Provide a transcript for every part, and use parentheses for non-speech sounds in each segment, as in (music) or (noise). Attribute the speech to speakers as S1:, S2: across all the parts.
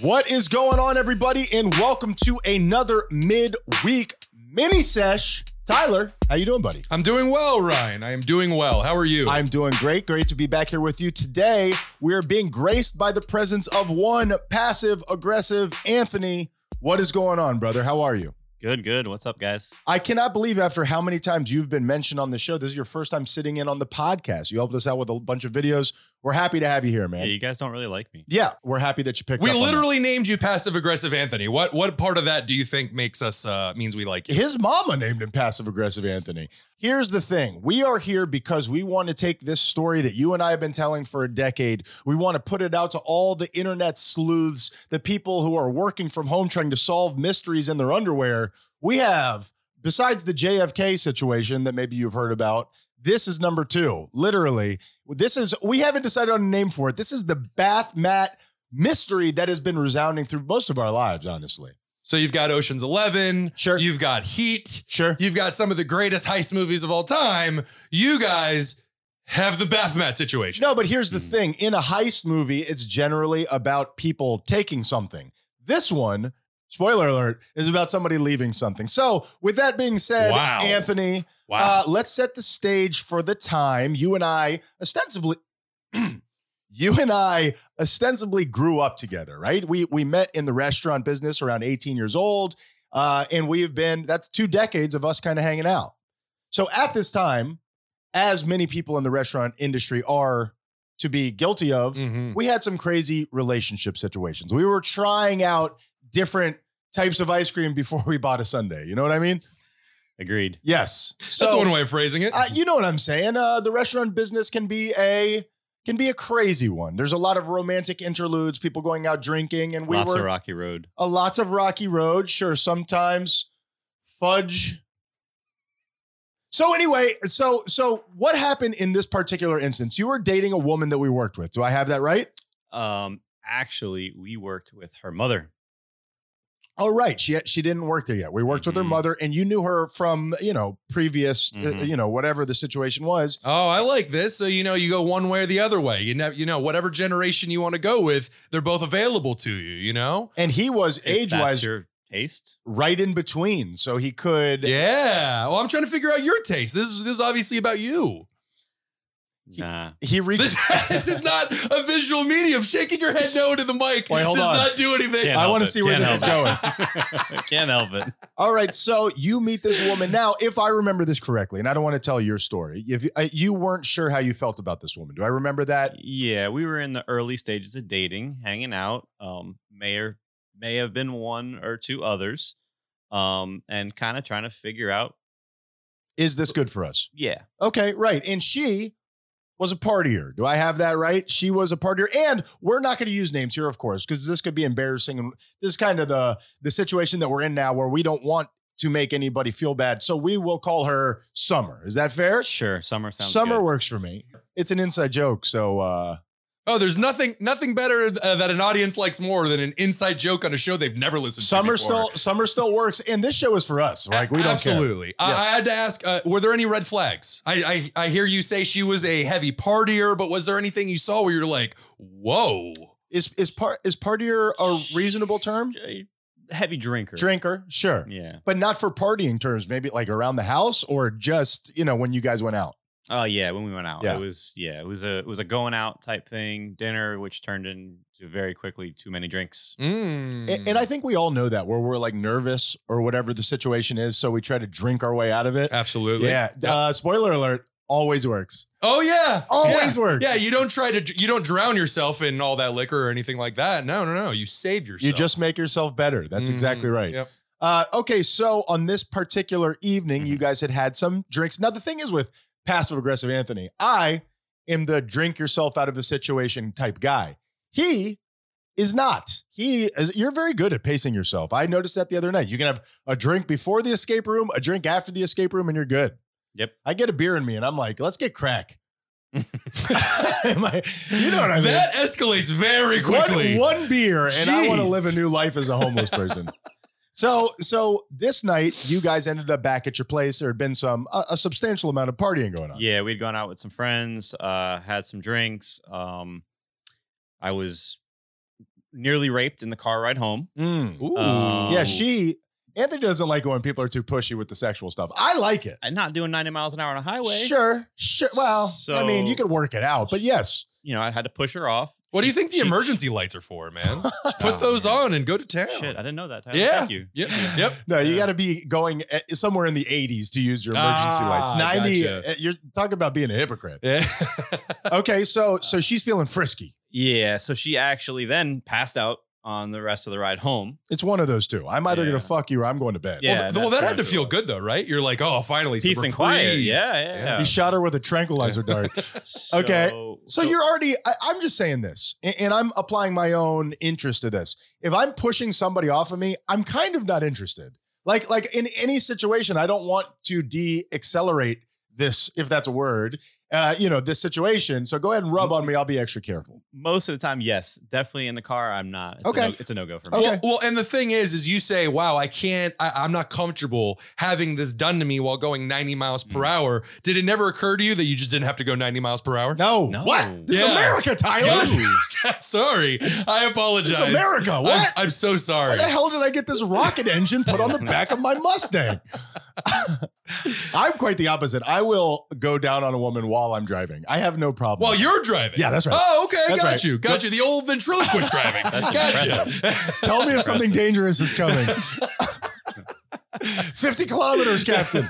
S1: What is going on, everybody? And welcome to another midweek mini sesh. Tyler, how you doing, buddy?
S2: I'm doing well, Ryan. I am doing well. How are you?
S1: I'm doing great. Great to be back here with you today. We are being graced by the presence of one passive aggressive Anthony. What is going on, brother? How are you?
S3: Good, good. What's up, guys?
S1: I cannot believe after how many times you've been mentioned on the show, this is your first time sitting in on the podcast. You helped us out with a bunch of videos. We're happy to have you here,
S3: Yeah,
S1: man.
S3: you guys don't really like me.
S1: Yeah, we're happy that you picked
S2: we
S1: up. on that.
S2: literally named you passive aggressive Anthony. What what part of that do you think makes us uh means we like you?
S1: His mama named him passive aggressive Anthony. Here's the thing we are here because we want to take this story that you and I have been telling for a decade. We want to put it out to all the internet sleuths, the people who are working from home trying to solve mysteries in their underwear. We have, besides the JFK situation that maybe you've heard about, this is number two, literally. This is, we haven't decided on a name for it. This is the bath mat mystery that has been resounding through most of our lives, honestly.
S2: So you've got Ocean's 11,
S1: Sure.
S2: you've got Heat,
S1: Sure.
S2: you've got some of the greatest heist movies of all time. You guys have the bath mat situation. Hmm.
S1: No, but here's the thing in a heist movie, it's generally about people taking something. This one, spoiler alert, is about somebody leaving something. So, with that being said,
S2: Wow.
S1: Anthony,
S2: Wow.
S1: uh, let's set the stage for the time you and I ostensibly. (clears throat) You and I ostensibly grew up together, right? We we met in the restaurant business around 18 years old, uh, and we have been that's two decades of us kind of hanging out. So at this time, as many people in the restaurant industry are to be guilty of,
S2: Mhm.
S1: we had some crazy relationship situations. We were trying out different types of ice cream before we bought a Sunday. You know what I mean?
S3: Agreed.
S1: Yes. So,
S2: That's one way of phrasing it.
S1: uh, you know what I'm saying? Uh, the restaurant business can be a can be a crazy one. There's a lot of romantic interludes, people going out drinking, and we
S3: Lots
S1: were
S3: of rocky road.
S1: a lots of rocky road. Sure, sometimes fudge. So anyway, so so what happened in this particular instance? You were dating a woman that we worked with. Do I have that right?
S3: Um, actually, we worked with her mother.
S1: Oh, right. She she didn't work there yet. We worked with her
S3: Mhm.
S1: mother, and you knew her from you know previous, uh,
S3: Mhm.
S1: you know whatever the situation was.
S2: Oh, I like this. So you know, you go one way or the other way. You know, you know, whatever generation you want to go with, they're both available to you. You know,
S1: And he was
S3: If
S1: age
S3: that's
S1: wise
S3: your taste.
S1: right in between, so he could.
S2: yeah. Well, I'm trying to figure out your taste. This is this is obviously about you.
S1: (laughs)
S3: Nah, (laughs)
S1: He reached.
S2: This, (laughs) this is not a visual medium. Shaking your head no to the mic
S1: Wait, hold
S2: does
S1: on.
S2: not do anything.
S3: Can't
S1: I
S3: help
S1: wanna
S3: it.
S1: see where
S3: Can't
S1: this
S3: (laughs) help it. Can't help it.
S1: All right, so you meet this woman now. If I remember this correctly, and I don't want to tell your story, if you, uh, you weren't sure how you felt about this woman, do I remember that?
S3: Yeah, we were in the early stages of dating, hanging out. Um, may or may have been one or two others. Um, and kind of trying to figure out.
S1: Is this good for us?
S3: Yeah,
S1: Okay, right. And she was a partier. Do I have that right? She was a partier. And we're not going to use names here, of course, because this could be embarrassing. And this is kind of the the situation that we're in now where we don't want to make anybody feel bad. So we will call her Summer. Is that fair?
S3: sure. Summer sounds
S1: Summer
S3: good.
S1: works for me. It's an inside joke. So uh
S2: Oh, there's nothing nothing better uh, that an audience likes more than an inside joke on a show they've never listened
S1: Summer
S2: to. before.
S1: still Summer still works. And this show is for us. Like we don't care.
S2: absolutely. I,
S1: Yes.
S2: I had to ask: uh, Were there any red flags? I, I I hear you say she was a heavy partier, but was there anything you saw where you're like, "Whoa"?
S1: Is is part is partier a reasonable term?
S3: J- Heavy drinker.
S1: Drinker, sure.
S3: Yeah.
S1: But not for partying terms, maybe like around the house or just, you know, when you guys went out.
S3: Oh yeah, when we went out,
S1: Yeah.
S3: it was yeah, it was a it was a going out type thing, dinner, which turned into very quickly too many drinks.
S2: Mm.
S1: A- And, I think we all know that where we're like nervous or whatever the situation is. So we try to drink our way out of it.
S2: absolutely.
S1: Yeah. Uh, spoiler alert always works.
S2: Oh yeah.
S1: Always
S2: yeah.
S1: works.
S2: Yeah, you don't try to you don't drown yourself in all that liquor or anything like that. No, no, no. You save yourself.
S1: You just make yourself better. That's
S2: Mm,
S1: exactly right.
S2: yep.
S1: Uh, okay. So on this particular evening,
S2: Mm-hmm.
S1: you guys had had some drinks. Now, the thing is with passive aggressive Anthony, I am the drink yourself out of a situation type guy. He is not. He is, you're very good at pacing yourself. I noticed that the other night. You can have a drink before the escape room, a drink after the escape room, and you're good.
S3: Yep.
S1: I get a beer in me and I'm like, let's get
S2: (laughs)
S1: crack. (laughs) Am I- you know what I mean?
S2: That escalates very quickly.
S1: One, one beer, and I want to
S2: Jeez.
S1: live a new life as a homeless person. so, so this night, you guys ended up back at your place. There had been some a, a substantial amount of partying going on.
S3: Yeah, we'd gone out with some friends, uh, had some drinks. Um, I was nearly raped in the car ride home.
S1: Mm.
S2: Ooh.
S3: Um,
S1: Yeah, she. Anthony doesn't like it when people are too pushy with the sexual stuff. I like it.
S3: And not doing 90 miles an hour on a highway.
S1: Sure, sure. Well, I mean,
S3: So-
S1: you could work it out, but yes,
S3: You know, I had to push her off.
S2: What do you think the
S3: She-
S2: emergency lights are for,
S3: (laughs)
S2: man? Just put
S3: Oh,
S2: those
S3: man.
S2: on and go to town.
S3: Shit, I didn't know that. Tyler.
S2: Yeah.
S3: Thank you.
S2: Yep.
S3: (laughs)
S2: Yep.
S1: no, you
S3: Yeah.
S1: got to be going eh, somewhere in the 80s to use your emergency
S2: Ah,
S1: lights. 90,
S2: gotcha.
S1: eh, you're talking about being a hypocrite.
S2: Yeah.
S1: Okay, so so she's feeling frisky.
S3: Yeah. So she actually then passed out on the rest of the ride home.
S1: It's one of those two. I'm either
S3: Yeah.
S1: going to fuck you or I'm going to bed.
S2: (laughs)
S3: Yeah,
S2: well, th- well,
S3: that's
S2: that
S3: pretty
S2: had to
S3: much
S2: feel
S3: what it
S2: good though, right? You're like, oh, finally,
S3: Peace
S2: some
S3: and quiet.
S2: reprieve.
S3: Yeah.
S1: He
S3: Yeah.
S1: shot her with a tranquilizer
S3: (laughs)
S1: dart. (laughs) Okay. So you're already, I, I'm just saying this, and, and I'm applying my own interest to this. If I'm pushing somebody off of me, I'm kind of not interested. Like, like in any situation, I don't want to de-accelerate this, if that's a word, uh, you know, this situation. So go ahead and rub on me. I'll be extra careful.
S3: most of the time, yes, definitely in the car. I'm not. It's
S1: Okay.
S3: a no, it's a no go for me.
S1: Okay.
S2: Well, well, and the thing is, is you say, "Wow, I can't. I, I'm not comfortable having this done to me while going 90 miles per
S3: Mm.
S2: hour." Did it never occur to you that you just didn't have to go 90 miles per hour?
S1: No.
S3: No.
S1: What? This is
S2: Yeah.
S1: America, Tyler.
S2: (laughs) Sorry, I apologize.
S1: This is America. What?
S2: I'm, I'm so sorry.
S1: Where the hell did I get this rocket engine put on the back of my Mustang? (laughs) I'm quite the opposite. I will go down on a woman while I'm driving. I have no problem.
S2: While you're driving.
S1: Yeah, that's right.
S2: Oh, okay.
S1: That's
S2: got
S1: right.
S2: you. Got you. The
S1: (laughs)
S2: old ventriloquist driving. gotcha.
S1: Tell me if something dangerous is (laughs) coming. 50 kilometers, Captain.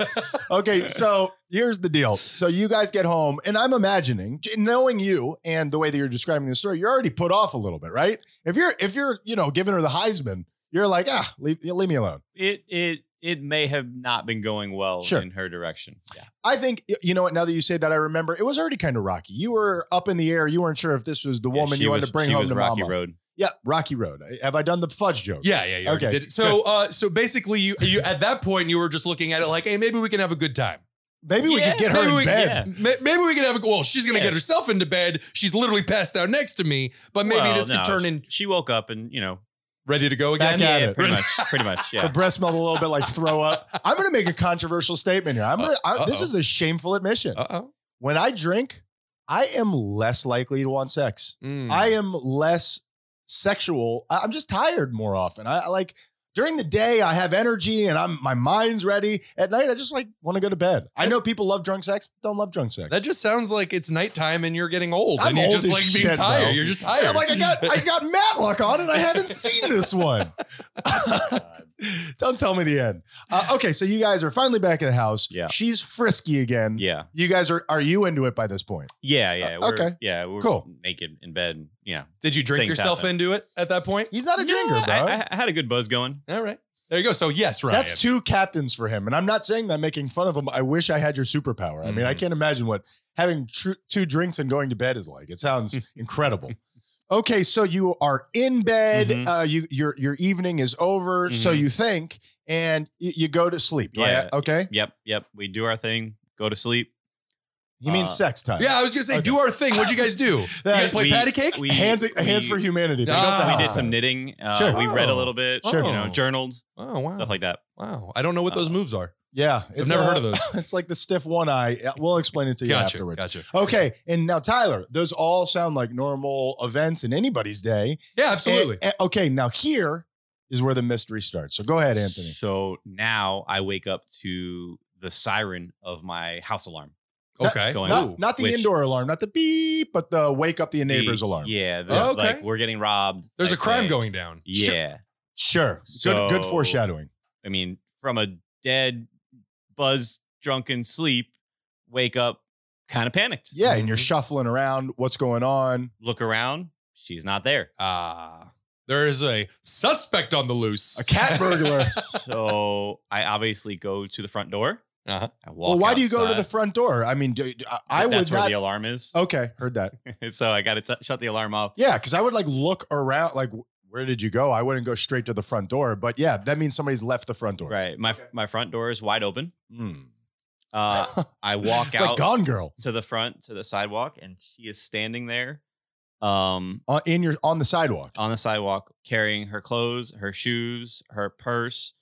S1: Okay, so here's the deal. So you guys get home, and I'm imagining, j- knowing you and the way that you're describing the story, you're already put off a little bit, right? If you're if you're you know giving her the Heisman, you're like ah leave, you leave me alone.
S3: It it it may have not been going well
S1: Sure.
S3: in her direction. Yeah.
S1: I think y- you know what. Now that you say that, I remember it was already kind of rocky. You were up in the air. You weren't sure if this was the
S3: Yeah,
S1: woman
S3: she
S1: you wanted
S3: was-
S1: to bring
S3: she
S1: home
S3: was
S1: to
S3: Rocky
S1: mama.
S3: Road.
S1: Yeah, Rocky Road. Have I done the fudge joke?
S2: Yeah, yeah, you already
S1: Okay,
S2: did it. So, uh, so basically, you, you at that point you were just looking at it like, hey, maybe we can have a good time.
S1: Maybe we
S3: Yeah,
S1: could get her
S2: maybe
S1: in
S2: we-
S1: bed.
S3: yeah.
S2: Ma- Maybe we can have a well. She's gonna
S3: Yeah.
S2: get herself into bed. She's literally passed out next to me, but maybe
S3: Well,
S2: this
S3: no,
S2: could turn in
S3: She woke up and you know,
S2: ready to go
S1: Back
S2: again.
S1: at
S3: yeah,
S1: it. (laughs)
S3: pretty much, pretty much,
S1: Her
S3: yeah.
S1: breath smelled a little bit like throw
S3: (laughs)
S1: up. I'm going to make a controversial statement here. I'm
S3: Uh,
S1: gonna, I, this
S2: uh-oh.
S1: is a shameful admission.
S2: Uh oh.
S1: When I drink, I am less likely to want sex.
S2: Mm.
S3: Hmm.
S1: I am less sexual. I, am just tired more often. I, I like during the day I have energy and I'm my mind's ready. At night I just like want to go to bed. I know people love drunk sex, don't love drunk sex.
S2: that just sounds like it's nighttime and you're getting old,
S1: I'm
S2: and you're
S1: old
S2: just
S1: as
S2: like being
S1: shit,
S2: tired.
S1: bro.
S2: You're just
S1: And
S2: tired.
S1: I'm like I
S3: (laughs)
S1: got I got Matlock on and I haven't seen this one. (laughs) Don't tell me the end. Uh, okay, so you guys are finally back at the house.
S3: Yeah.
S1: she's frisky again.
S3: yeah,
S1: You guys are are you into it by this point?
S3: yeah, yeah.
S1: Uh,
S3: we're,
S1: okay.
S3: yeah, we're
S1: Cool.
S3: naked in bed. Yeah,
S2: Did you drink
S3: Things
S2: yourself
S3: happen.
S2: into it at that point?
S1: He's not a drinker,
S3: Yeah,
S1: bro.
S3: I, I had a good buzz going.
S2: All right. There you go. So yes, Ryan.
S1: That's two captains for him, and I'm not saying that making fun of him. I wish I had your superpower. I mean, I
S2: Mhm.
S1: can't imagine what having tr- two drinks and going to bed is like. It sounds incredible. Okay, so you are in bed.
S3: Mhm.
S1: Uh, you your your evening is over, so
S3: Mhm.
S1: you think, and y- you go to sleep.
S3: Yeah.
S1: Right? Okay.
S3: Yep, yep. We do our thing, go to sleep.
S1: He means
S3: Uh,
S1: sex time. Uh,
S2: Yeah, I was gonna say,
S1: Okay.
S2: do our thing. What'd you
S1: (laughs)
S2: guys do? you guys play
S3: We-
S2: patty cake?
S3: we-
S1: hands
S3: we-
S1: hands for humanity. They
S2: Ah.
S1: built a
S3: We did
S1: house.
S3: some knitting. Uh,
S1: Sure.
S3: We read a
S2: Oh.
S3: little bit.
S1: Sure.
S3: You know, journaled
S2: oh wow,
S3: stuff like that.
S2: wow. I don't know what
S1: Uh,
S2: those moves are.
S1: Yeah,
S2: I've never
S1: uh,
S2: heard of those.
S1: (laughs) It's like the stiff one eye. Yeah, We'll explain it to you
S2: Gotcha.
S1: afterwards.
S2: Gotcha.
S1: Okay, and now Tyler, those all sound like normal events in anybody's day.
S2: Yeah, absolutely.
S1: And- and- okay, now here is where the mystery starts. So go ahead, Anthony.
S3: So now I wake up to the siren of my house alarm.
S2: okay.
S3: going-
S1: eh, Not,
S3: Ooh,
S1: not the
S3: which-
S1: indoor alarm, not the beep, but the wake up the neighbor's
S3: The-
S1: alarm.
S3: Yeah. The,
S2: Oh, okay.
S3: Like we're getting robbed.
S2: There's a
S3: type
S2: crime
S3: thing.
S2: going down.
S3: Yeah.
S1: Sure.
S3: So-
S1: good, good foreshadowing.
S3: I mean, from a dead, buzz, drunken sleep, wake up, kind of panicked.
S1: Yeah, and you're
S2: Mhm.
S1: shuffling around. What's going on?
S3: Look around. She's not there.
S2: Ah, there is a suspect on the loose.
S1: A
S2: (laughs)
S3: (laughs)
S1: cat burglar. (laughs)
S3: So I obviously go to the front door.
S2: Uh-huh.
S3: I walk
S1: well, why do you go to the
S3: outside.
S1: front door? I mean, do, do- I- I would
S3: That's where
S1: not. Oh.
S3: the alarm is.
S1: okay, heard that.
S3: (laughs) so I got to shut the alarm off.
S1: Yeah, because I would like look around, like where did you go? I wouldn't go straight to the front door, but yeah, that means somebody's left the front door.
S3: Right. My my front door is wide
S1: (laughs)
S3: open.
S1: Hmm.
S3: Uh, I walk
S1: it's
S3: out.
S1: like Gone Girl
S3: to the front to the sidewalk and she is standing there um
S1: on, uh, in your on the sidewalk.
S3: on the sidewalk carrying her clothes her shoes her purse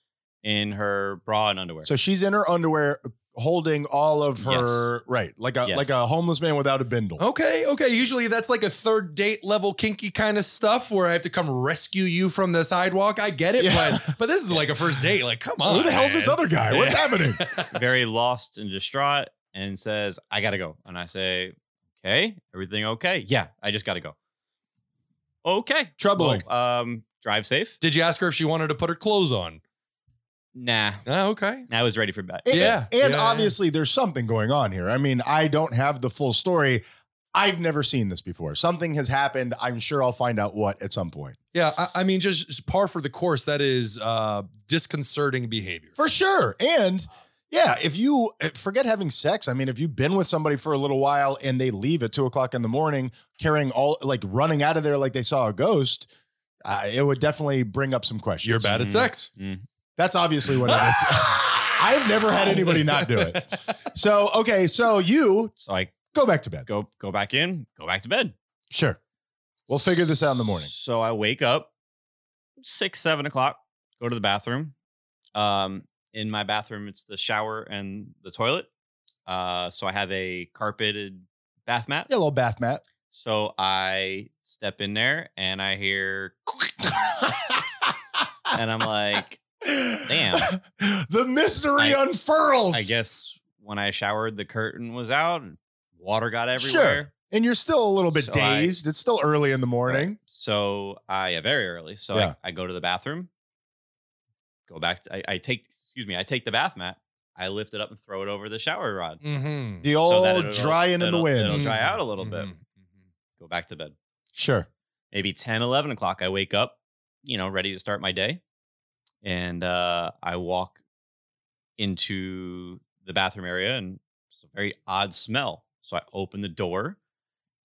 S3: in her bra and underwear
S1: So she's in her underwear, holding all of her
S3: Yes.
S1: right, like a
S3: Yes.
S1: like a homeless man without a bindle.
S2: Okay, okay. Usually that's like a third date level kinky kind of stuff where I have to come rescue you from the sidewalk. I get it,
S1: Yeah.
S2: but but this is like a first date. Like, come
S3: Oh,
S2: on.
S1: Who the hell's this
S2: man.
S1: other guy? What's happening?
S3: very lost and distraught and says, I gotta go. And I say, Okay, everything okay? Yeah, I just gotta go. Okay.
S1: Troubling.
S3: Well, um, drive safe.
S2: Did you ask her if she wanted to put her clothes on?
S3: Nah.
S2: Oh, okay.
S3: I was ready for bed.
S1: And-
S2: Yeah,
S1: And
S2: yeah,
S1: obviously there's something going on here. I mean, I don't have the full story. I've never seen this before. Something has happened. I'm sure I'll find out what at some point.
S2: Yeah, I, I mean, just, just par for the course. That is uh, disconcerting behavior.
S1: For sure. And yeah, if you eh, forget having sex, I mean, if you've been with somebody for a little while and they leave at two o'clock in the morning carrying all like running out of there like they saw a ghost, uh, it would definitely bring up some questions.
S2: You're bad at
S3: Mhm.
S2: sex.
S1: That's obviously what it
S3: (laughs)
S1: is. (laughs) I've never had anybody not do it. So, okay, so you
S3: So I
S1: go back to bed.
S3: go go back in, go back to bed.
S1: Sure. We'll figure this out in the morning.
S3: So I wake up six, seven o'clock, go to the bathroom. Um, in my bathroom, it's the shower and the toilet. Uh, so I have a carpeted bath mat.
S1: Yeah, little bath mat.
S3: So I step in there and I hear,
S1: Ah.
S3: and
S1: (laughs)
S3: I'm like, (laughs) Damn.
S1: the mystery
S3: I-
S1: unfurls.
S3: I guess when I showered, the curtain was out, and water got
S1: Sure.
S3: everywhere.
S1: And you're still a little bit
S3: So I-
S1: dazed. it's still early in the morning.
S3: So I yeah, very early. So
S1: Yeah.
S3: I, I go to the bathroom, go back. To, I, I take excuse me. I take the bath mat. I lift it up and throw it over the shower rod.
S2: Mm-hmm.
S1: The
S3: So
S1: old
S3: that it'll-
S1: drying in the
S3: it'll-
S1: wind. Mm-hmm,
S3: It'll dry out a little bit. Go back to bed.
S1: Sure.
S3: Maybe 10, 11 o'clock. I wake up, you know, ready to start my day, and uh, I walk into the bathroom area, and it's a very odd smell. So I open the door,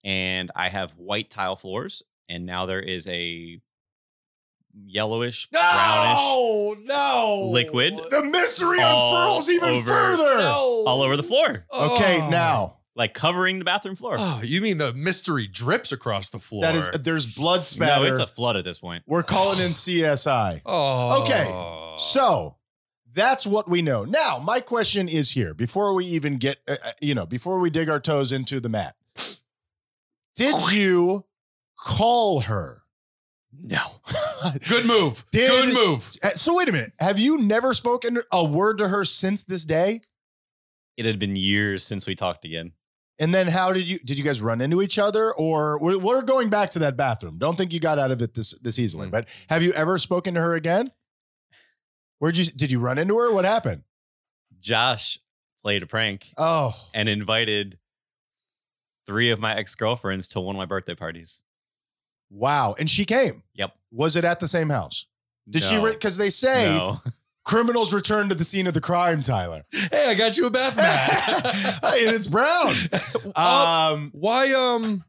S3: and I have white tile floors, and now there is a yellowish, brownish
S2: No, no.
S3: liquid
S1: The mystery
S3: All
S1: unfurls even
S3: over-
S1: further.
S2: No.
S3: all over the floor,
S1: Okay,
S2: Oh.
S1: now
S3: like covering the bathroom floor.
S2: Oh, you mean the mystery drips across the floor?
S1: that is there's blood
S3: no,
S1: spatter.
S3: it's a flood at this point.
S1: We're calling in CSI.
S2: oh.
S1: Okay, So that's what we know. Now, my question is here before we even get, uh, uh, you know, before we dig our toes into the mat, did you call her?
S3: No.
S2: good move.
S1: Did-
S2: good move.
S1: Uh, So, wait a minute. Have you never spoken a word to her since this day?
S3: It had been years since we talked again.
S1: And then how did you did you guys run into each other or we're, we're going back to that bathroom. Don't think you got out of it this this easily.
S2: Mm.
S1: But have you ever spoken to her again? Where'd you did you run into her? What happened?
S3: Josh played a prank
S1: Oh.
S3: and invited three of my ex girlfriends to one of my birthday parties.
S1: Wow. And she came.
S3: Yep.
S1: Was it at the same house? Did she
S3: No.
S1: she cuz they say
S3: No. (laughs)
S1: criminals return to the scene of the crime, Tyler.
S2: Hey, I got you a
S1: (laughs)
S2: bath mat.
S1: Hey, and it's brown.
S2: Uh,
S1: Um
S2: why um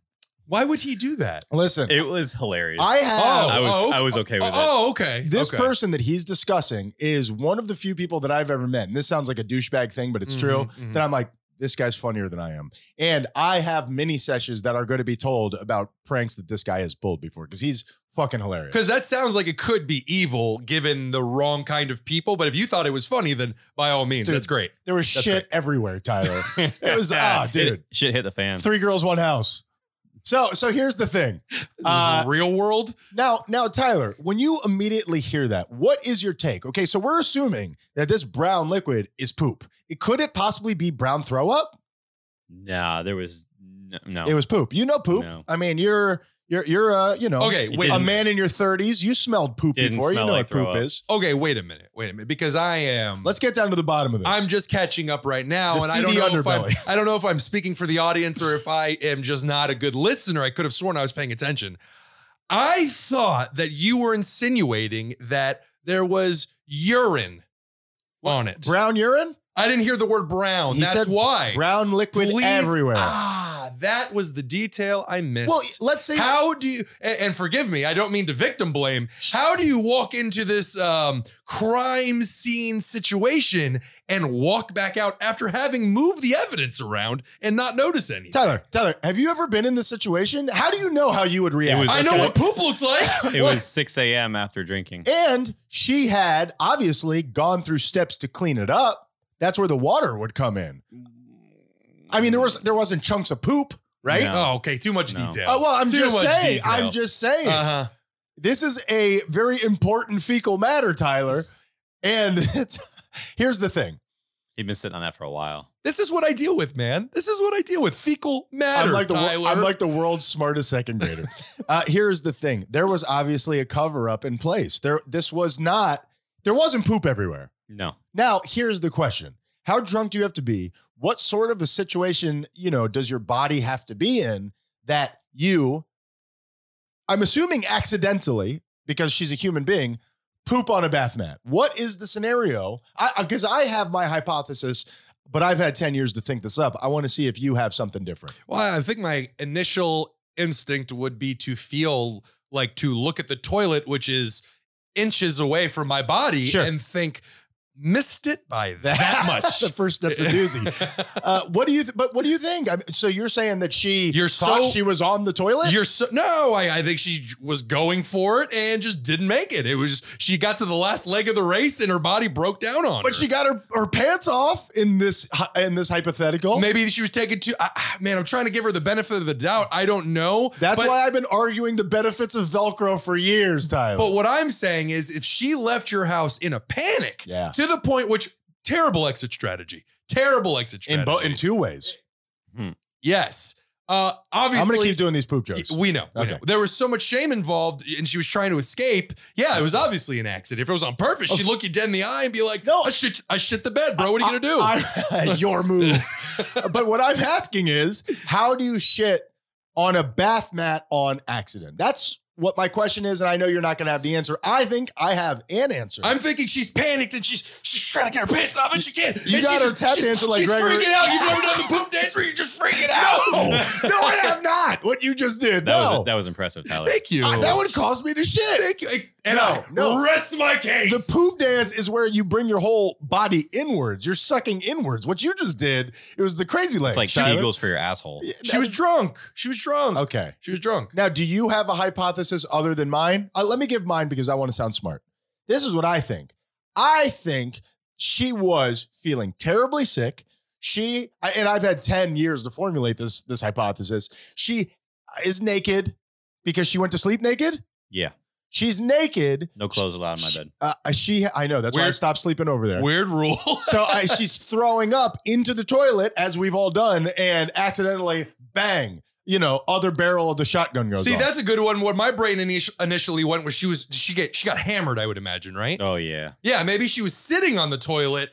S2: why would he do that?
S1: listen.
S3: It was hilarious.
S1: I have
S2: Oh,
S3: I was
S2: oh,
S3: I was okay with it.
S2: Oh, okay.
S1: This
S2: okay.
S1: person that he's discussing is one of the few people that I've ever met. And this sounds like a douchebag thing, but it's true.
S2: Mhm, mhm.
S3: Mm-hmm.
S1: That I'm like, this guy's funnier than I am. And I have mini sessions that are going to be told about pranks that this guy has pulled before because he's fucking hilarious.
S2: Because that sounds like it could be evil given the wrong kind of people. But if you thought it was funny, then by all means,
S1: Dude.
S2: that's great.
S1: There was shit
S2: That's
S1: everywhere,
S3: (laughs)
S1: Tyler. it was ah, dude.
S3: It- shit hit the fan.
S1: Three girls, one house. So, so here's the
S3: (laughs)
S1: thing.
S2: This
S1: Uh,
S2: is real world.
S1: Now, now, Tyler, when you immediately hear that, what is your take? Okay, so we're assuming that this brown liquid is poop. It, could it possibly be brown throw up?
S3: Nah, there was no, no.
S1: It was poop. You know poop.
S3: No.
S1: I mean, you're you're you're uh, you know
S2: Okay,
S3: it
S2: wait.
S1: a
S3: didn't-
S1: man in your 30s. You smelled poop
S3: Didn't
S1: before. You
S3: smell
S1: know
S3: like
S1: what poop
S3: throw up.
S1: is.
S2: Okay, wait a minute. Wait a minute. Because I am
S1: Let's get down to the bottom of this.
S2: I'm just catching up right now,
S1: The
S2: and I don't
S1: seedy
S2: know if I'm,
S1: underbelly.
S2: (laughs) I don't know if I'm speaking for the audience or if I am just not a good listener. I could have sworn I was paying attention. I thought that you were insinuating that there was urine on it.
S1: brown urine,
S2: I didn't hear the word brown.
S1: He
S2: That's
S1: said
S2: why.
S1: brown liquid
S2: Please-
S1: everywhere.
S2: Ah, that was the detail I missed.
S1: well, let's say
S2: How do you, and, and forgive me, I don't mean to victim blame. How do you walk into this um, crime scene situation and walk back out after having moved the evidence around and not notice any?
S1: Tyler, Tyler, have you ever been in this situation? How do you know how you would react?
S3: was-
S2: I know what poop looks
S3: (laughs)
S2: like.
S3: it was 6 a.m. after drinking.
S1: and she had obviously gone through steps to clean it up. That's where the water would come in. I mean, there was there wasn't chunks of poop, right?
S3: No.
S2: Oh, okay. Too much
S3: No.
S2: detail.
S1: Oh well, I'm
S2: Too
S1: just
S2: much
S1: saying.
S2: detail.
S1: I'm just saying.
S2: Uh-huh.
S1: This is a very important fecal matter, Tyler. And (laughs) it's- here's the thing.
S3: He'd been sitting on that for a while.
S2: This is what I deal with, man. This is what I deal with. Fecal matter,
S1: I'm like the
S2: Tyler.
S1: I'm like the world's smartest second grader. uh, here's the thing. There was obviously a cover up in place. There this was not there wasn't poop everywhere.
S3: No.
S1: Now, here's the question. How drunk do you have to be? What sort of a situation, you know, does your body have to be in that you I'm assuming accidentally because she's a human being poop on a bath mat. What is the scenario? I because I have my hypothesis, but I've had 10 years to think this up. I want to see if you have something different.
S2: Well, I think my initial instinct would be to feel like to look at the toilet, which is inches away from my body,
S1: Sure.
S2: and think, missed it by that much.
S1: (laughs) the first step's a
S2: (laughs)
S1: doozy. Uh, what do you? Th- but what do you think? I mean, so you're saying that she
S2: You're
S1: thought
S2: so-
S1: she was on the toilet?
S2: You're so no, I, I think she j- was going for it and just didn't make it. It was she got to the last leg of the race and her body broke down on her.
S1: but she got her, her pants off in this hy- in this hypothetical.
S2: maybe she was taking too. I, I- man, I'm trying to give her the benefit of the doubt. I don't know.
S1: That's
S2: but,
S1: why I've been arguing the benefits of Velcro for years, Tyler.
S2: But what I'm saying is, if she left your house in a panic
S1: yeah,
S2: to the point which terrible exit strategy, terrible exit strategy.
S1: in bo- in two ways.
S2: yes. Uh,
S1: I'm
S2: obviously,
S1: gonna keep doing these poop jokes.
S2: We know, we
S1: Okay.
S2: know. There was so much shame involved, and she was trying to escape. Yeah, it was obviously an accident. If it was on purpose, she'd look you dead in the eye and be like, "No, I shit, I shit the bed, bro. What are you gonna do?"
S1: I- (laughs) your
S2: (laughs)
S1: move. but what I'm asking is, how do you shit on a bath mat on accident? That's what my question is, and I know you're not gonna have the answer. I think I have an answer.
S2: I'm thinking she's panicked and she's she's trying to get her pants off and she can't.
S1: You
S2: and
S1: got
S2: she's-
S1: her tap
S2: she's-
S1: dancing like
S2: she's
S1: Gregory.
S2: freaking out. You've never done the poop dance where you're just freaking out.
S1: (laughs) No, no, I have not. What you just did.
S3: That
S1: no,
S3: was that was impressive,
S2: (laughs)
S3: Tyler.
S2: Thank you.
S1: I- that would cause me to shit.
S2: Thank you. And
S1: No,
S2: no,
S1: no.
S2: rest my case.
S1: The poop dance is where you bring your whole body inwards. You're sucking inwards. What you just did, it was the crazy legs.
S3: It's like
S1: Tyler.
S3: Kegels for your asshole.
S1: Yeah,
S2: She was drunk. She was
S1: (laughs)
S2: drunk.
S1: okay.
S2: She was drunk.
S1: Now, do you have a hypothesis other than mine? Uh, let me give mine because I want to sound smart. This is what I think. I think she was feeling terribly sick. She I- and I've had 10 years to formulate this this hypothesis. She is naked because she went to sleep naked.
S3: Yeah.
S1: She's naked.
S3: No clothes allowed in my bed.
S1: Uh, she I know that's why I
S2: Weird-
S1: stopped sleeping over there.
S2: Weird rule.
S1: So
S2: (laughs)
S1: I, she's throwing up into the toilet as we've all done, and accidentally, bang! You know, other barrel of the shotgun (laughs) goes.
S2: See,
S1: off.
S2: that's a good one. What my brain init- initially went was she was she get she got hammered. I would imagine, right?
S3: Oh yeah.
S2: Yeah, maybe she was sitting on the toilet,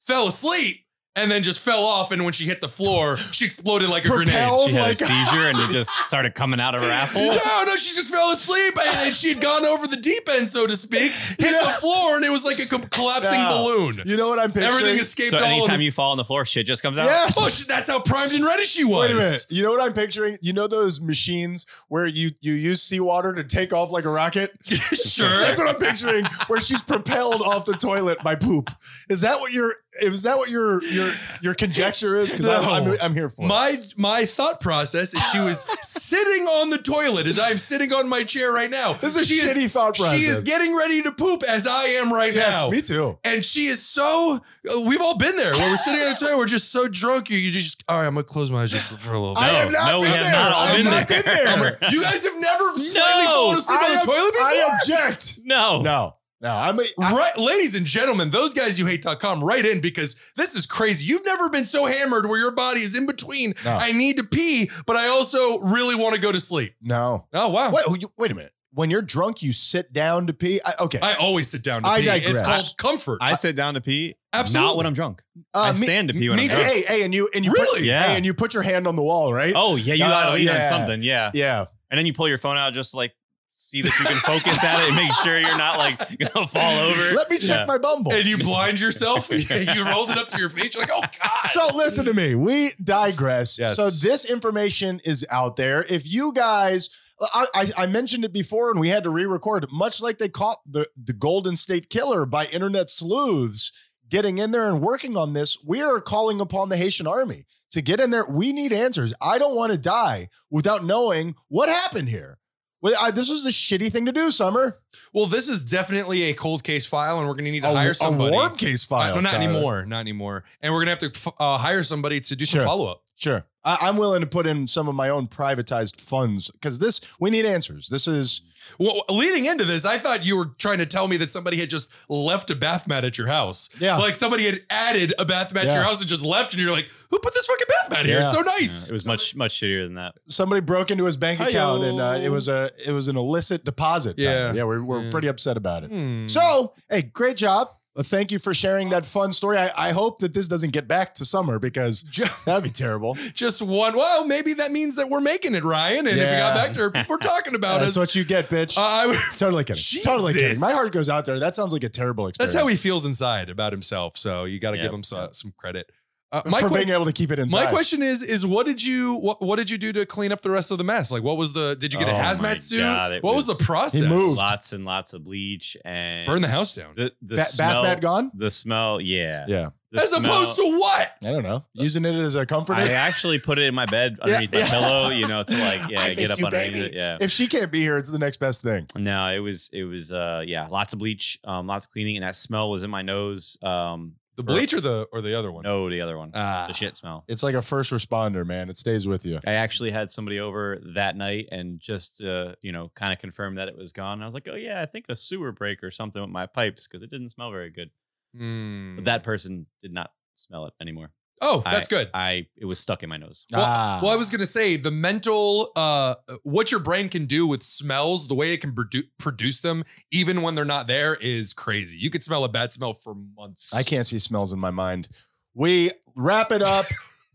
S2: fell asleep, and then just fell off. And when she hit the floor, she exploded like a
S1: Propelled?
S2: grenade.
S1: Oh
S3: She had
S1: my
S3: a seizure and it just started coming out of
S1: (laughs)
S3: her asshole.
S2: (laughs) No, no, she just fell asleep and, and she had gone over the deep end, so to speak, hit
S1: Yeah.
S2: the floor, and it was like a com- collapsing
S1: No.
S2: balloon.
S1: You know what I'm picturing?
S2: Everything escaped
S3: So
S2: all of
S3: anytime
S2: it.
S3: you fall on the floor, shit just comes out.
S1: Yes.
S2: (laughs) Oh, she, that's how primed and ready she
S1: Wait
S2: was.
S1: a minute. You know what I'm picturing? You know those machines where you you use seawater to take off like a rocket?
S2: (laughs)
S1: (laughs)
S2: sure.
S1: That's what I'm picturing. Where she's propelled off the toilet by poop. Is that what your is that what your your your conjecture is? Because
S2: No.
S1: I'm, I'm here for. it.
S2: My my thought process is
S1: (laughs)
S2: she was sitting on the toilet as I'm sitting on my chair right now.
S1: this is a
S2: she
S1: shitty thought process.
S2: She is getting ready to poop as I am right
S1: yes,
S2: now.
S1: me too.
S2: And she is so. uh, We've all been there where we're sitting on the toilet, we're just so drunk. You, you just all right. I'm gonna close my eyes just for a little bit.
S1: I
S3: No,
S1: have not
S3: no, we
S1: been
S3: have
S1: there.
S3: not all
S1: I have
S3: been
S1: not
S3: there.
S1: been (laughs) there.
S3: I'm a-
S2: you guys have never slightly fallen asleep on
S1: I
S2: the
S1: ob-
S2: toilet before.
S1: I object.
S3: No.
S1: No, no. I'm a, I,
S2: Right, ladies and gentlemen, those guys you hate.com right in because this is crazy. You've never been so hammered where your body is in between.
S1: No.
S2: I need to pee, but I also really want to go to sleep.
S1: no.
S2: Oh wow.
S1: Wait, you- wait a minute. When you're drunk, you sit down to pee. I, okay,
S2: I always sit down to
S1: I
S2: pee.
S1: digress.
S2: It's called comfort.
S3: I sit down to pee.
S2: Absolutely.
S3: Not when I'm drunk. I
S1: uh, me,
S3: stand to pee when
S2: me
S3: I'm
S2: too.
S3: drunk.
S1: hey, hey, and you and you Put,
S2: Really?
S3: Yeah.
S1: hey, and you put your hand on the wall, right?
S3: Oh yeah, you
S1: Oh,
S3: gotta lean
S1: yeah.
S3: on something. Yeah.
S1: Yeah.
S3: And then you pull your phone out just to, like see that you can focus at it and make sure you're not like (laughs) gonna fall over.
S1: Let me check
S3: Yeah.
S1: my Bumble.
S2: and you
S1: (laughs)
S2: blind yourself. you rolled it up to your face. You're like, oh god.
S1: So listen to me. We digress.
S2: Yes.
S1: So this information is out there. If you guys, I, I, I mentioned it before, and we had to re-record. Much like they caught the the Golden State Killer by internet sleuths getting in there and working on this, we are calling upon the Haitian Army to get in there. We need answers. I don't want to die without knowing what happened here. Well, I, this was a shitty thing to do, Summer.
S2: Well, this is definitely a cold case file, and we're going to need to
S1: a,
S2: hire
S1: a
S2: somebody.
S1: warm case
S2: Uh,
S1: file.
S2: no, not
S1: Tyler.
S2: anymore. Not anymore. And we're going to have to f- uh, hire somebody to do some
S1: Sure.
S2: follow up.
S1: Sure. I, I'm willing to put in some of my own privatized funds because this, we need answers. This is,
S2: Well, leading into this, I thought you were trying to tell me that somebody had just left a bath mat at your house.
S1: yeah.
S2: Like somebody had added a bath mat to your
S1: Yeah.
S2: house and just left, and you're like, who put this fucking bath mat here? It's
S1: Yeah.
S2: so
S3: Yeah,
S2: nice.
S3: it was much much shittier than that.
S1: somebody broke into his bank account and uh,
S2: Hi-yo.
S1: it was a it was an illicit deposit. Tyler.
S2: Yeah.
S1: yeah, we're, we're
S2: Yeah.
S1: pretty upset about it.
S2: Hmm.
S1: So, hey, great job. Uh, Thank you for sharing that fun story. I, I hope that this doesn't get back to summer because
S2: Ju-
S1: that'd be
S2: (laughs)
S1: terrible.
S2: just one. Well, maybe that means that we're making it, Ryan. And if it got
S1: Yeah. (laughs)
S2: back to her, people are talking about
S1: That's
S2: us.
S1: what you get, bitch.
S2: Uh, I
S1: (laughs)
S2: would-
S1: totally kidding. Totally kidding.
S2: Jesus.
S1: My heart goes out there. That sounds like a terrible experience.
S2: that's how he feels inside about himself. So you got to
S3: Yeah.
S2: give him so, some credit. Uh, my,
S1: for
S2: que-
S1: being able to keep it inside.
S2: my question is: is what did you what, what did you do to clean up the rest of the mess? Like, what was the did you get a
S3: Oh my
S2: hazmat suit?
S3: God, it
S2: what was,
S3: was-
S2: the process?
S1: He moved.
S3: Lots and lots of bleach and
S2: Burn the house down.
S3: the, the
S1: Ba- bath
S3: smell.
S1: mat gone?
S3: The smell, yeah.
S1: Yeah.
S3: The
S2: As
S3: smell-
S2: opposed to what?
S1: I don't know. Using it as a comforter.
S3: I actually put it in my bed
S1: (laughs)
S3: underneath
S1: Yeah.
S3: my pillow, you know, to like yeah,
S1: I miss
S3: get up
S1: you,
S3: underneath
S1: baby.
S3: it. Yeah.
S1: if she can't be here, it's the next best thing.
S3: No, it was it was uh yeah, lots of bleach, um, lots of cleaning, and that smell was in my nose. Um
S2: The
S3: for-
S2: bleach or the or the other one?
S3: No, the other one.
S2: Ah.
S3: the shit smell.
S1: It's like a first responder, man. It stays with you.
S3: I actually had somebody over that night and just uh, you know, kind of confirmed that it was gone. I was like, Oh yeah, I think a sewer break or something with my pipes because it didn't smell very good.
S2: Hmm.
S3: But that person did not smell it anymore.
S2: oh, that's
S3: I-
S2: good.
S3: I it was stuck in my nose.
S2: Well,
S1: Ah.
S2: well, I was gonna say the mental, uh, what your brain can do with smells, the way it can produ- produce them, even when they're not there, is crazy. You could smell a bad smell for months.
S1: I can't see smells in my mind. We wrap it (laughs) up.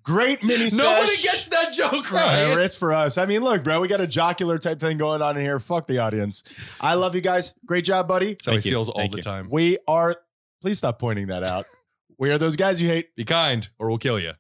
S1: Great mini
S2: Nobody
S1: sesh.
S2: gets that joke
S1: Whatever,
S2: right.
S1: it's for us. I mean, look, bro, we got a jocular type thing going on in here. Fuck the audience. I love you guys. Great job, buddy.
S2: That's how he
S3: Thank you.
S2: feels all
S3: Thank
S2: the
S3: you.
S2: time.
S1: We are. Please stop pointing that out. We are those guys you hate.
S2: Be kind, or we'll kill you.